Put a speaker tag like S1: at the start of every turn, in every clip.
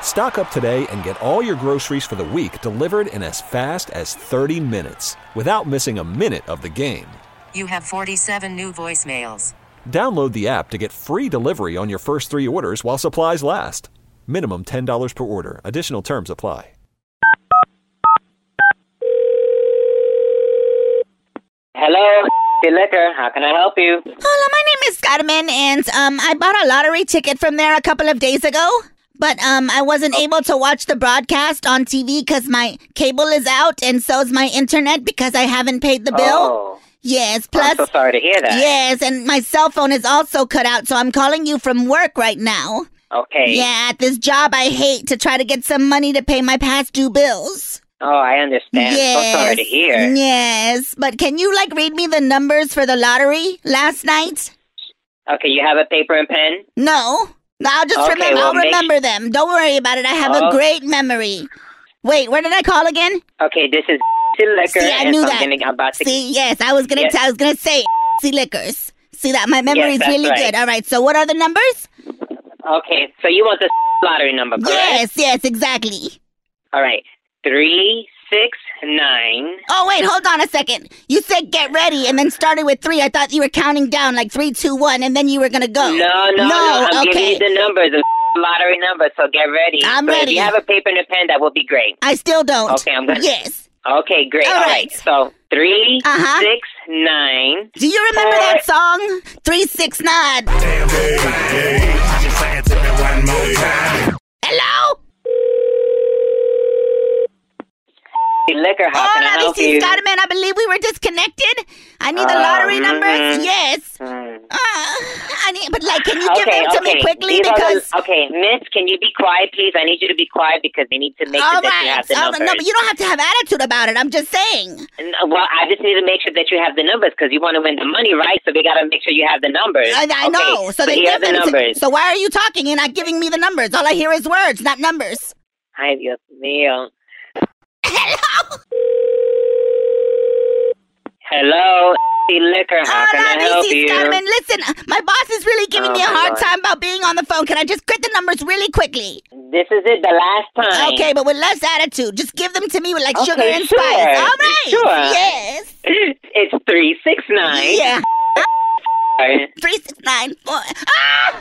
S1: Stock up today and get all your groceries for the week delivered in as fast as 30 minutes without missing a minute of the game.
S2: You have 47 new voicemails.
S1: Download the app to get free delivery on your first three orders while supplies last. Minimum $10 per order. Additional terms apply.
S3: Hello, the liquor. How can I help you?
S4: Hello, my name is Carmen, and um, I bought a lottery ticket from there a couple of days ago. But um, I wasn't
S3: Oh.
S4: able to watch the broadcast on TV because my cable is out, and so's my internet because I haven't paid the bill.
S3: Oh,
S4: Yes,
S3: I'm
S4: plus
S3: so sorry to hear that.
S4: yes, and my cell phone is also cut out, so I'm calling you from work right now.
S3: Okay.
S4: Yeah, at this job I hate to try to get some money to pay my past due bills.
S3: Oh, I understand.
S4: yes.
S3: So sorry to hear.
S4: Yes, but can you like read me the numbers for the lottery last night?
S3: Okay, you have a paper and pen?
S4: No. I'll just
S3: Okay,
S4: remember.
S3: well,
S4: I'll
S3: make-
S4: remember them. Don't worry about it. I have
S3: Oh.
S4: a great memory. Wait, where did I call again?
S3: Okay, this is the liquor.
S4: See, I
S3: and
S4: knew
S3: I'm
S4: that.
S3: Getting about to...
S4: See, yes, I was gonna.
S3: Yes.
S4: I was gonna say see liquors. See that my memory is
S3: that's
S4: really
S3: right.
S4: good. All right. So what are the numbers?
S3: Okay, so you want the lottery number, correct?
S4: Yes, yes, exactly.
S3: All right. Three, six, nine.
S4: Oh wait, hold on a second. You said get ready, and then started with three. I thought you were counting down like three, two, one, and then you were gonna go.
S3: No, no, no. I'm
S4: Oh. okay.
S3: giving you the numbers, the lottery number, so get ready.
S4: I'm
S3: so If
S4: ready.
S3: you have a paper and a pen, that would be great.
S4: I still don't.
S3: Okay, I'm gonna-
S4: Yes.
S3: Okay, great.
S4: All
S3: All
S4: right.
S3: So three,
S4: Uh-huh.
S3: six, nine.
S4: Do you remember that song? Three six nine.
S5: damn thing. Just sing it to me one more time.
S4: Hello.
S3: The liquor, how can I
S4: Oh,
S3: help
S4: this
S3: you?
S4: is Carmen. I believe we were disconnected. I need the
S3: Oh,
S4: lottery
S3: mhm.
S4: numbers. Yes.
S3: Mm.
S4: Uh, I need, but like, can you give
S3: Okay,
S4: them to
S3: okay.
S4: me quickly?
S3: These are the-
S4: Because
S3: okay, Miss, can you be quiet, please? I need you to be quiet because they need to make sure
S4: all
S3: that you
S4: right,
S3: have the
S4: all right.
S3: numbers.
S4: no, but you don't have to have attitude about it. I'm just saying.
S3: No, well, I just need to make sure that you have the numbers because you want to win the money, right? So we got to make sure you have the numbers.
S4: I, I
S3: Okay,
S4: know. So they
S3: here
S4: give
S3: are the
S4: them. To,
S3: numbers.
S4: so why are you talking and not giving me the numbers? All I hear is words, not numbers.
S3: Ay, Dios mío.
S4: Hello.
S3: Hello, the liquor. How
S4: Hola,
S3: can I help
S4: Mrs.
S3: you?
S4: Carmen. Listen, uh, my boss is really giving
S3: Oh,
S4: me a
S3: my
S4: hard
S3: Lord.
S4: time about being on the phone. Can I just quit the numbers really quickly?
S3: This is it, the last time.
S4: Okay, but with less attitude. Just give them to me with like sugar
S3: Okay,
S4: and
S3: sure.
S4: spice. All right.
S3: Sure.
S4: Yes.
S3: It's three six nine.
S4: Yeah.
S3: Sorry.
S4: Three six nine four. Ah!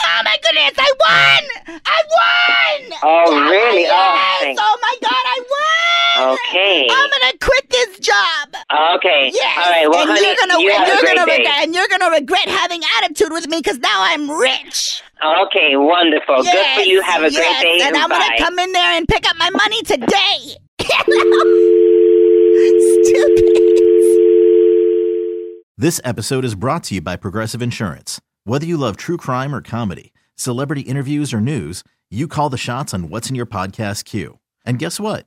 S4: Oh my goodness! I won! I won!
S3: Oh, really? Oh,
S4: Yes!
S3: thank-
S4: Oh, my God! I won!
S3: Okay.
S4: I'm gonna quit this job.
S3: Okay.
S4: Yes.
S3: All right. Well,
S4: and
S3: honey,
S4: you're gonna
S3: you
S4: and
S3: have
S4: you're
S3: a great
S4: gonna
S3: day.
S4: regret and you're gonna regret having attitude with me because now I'm rich.
S3: Okay, wonderful. Good for you. Have a
S4: yes,
S3: great day.
S4: And I'm
S3: bye.
S4: gonna come in there and pick up my money today. Stupid.
S6: This episode is brought to you by Progressive Insurance. Whether you love true crime or comedy, celebrity interviews or news, you call the shots on what's in your podcast queue. And guess what?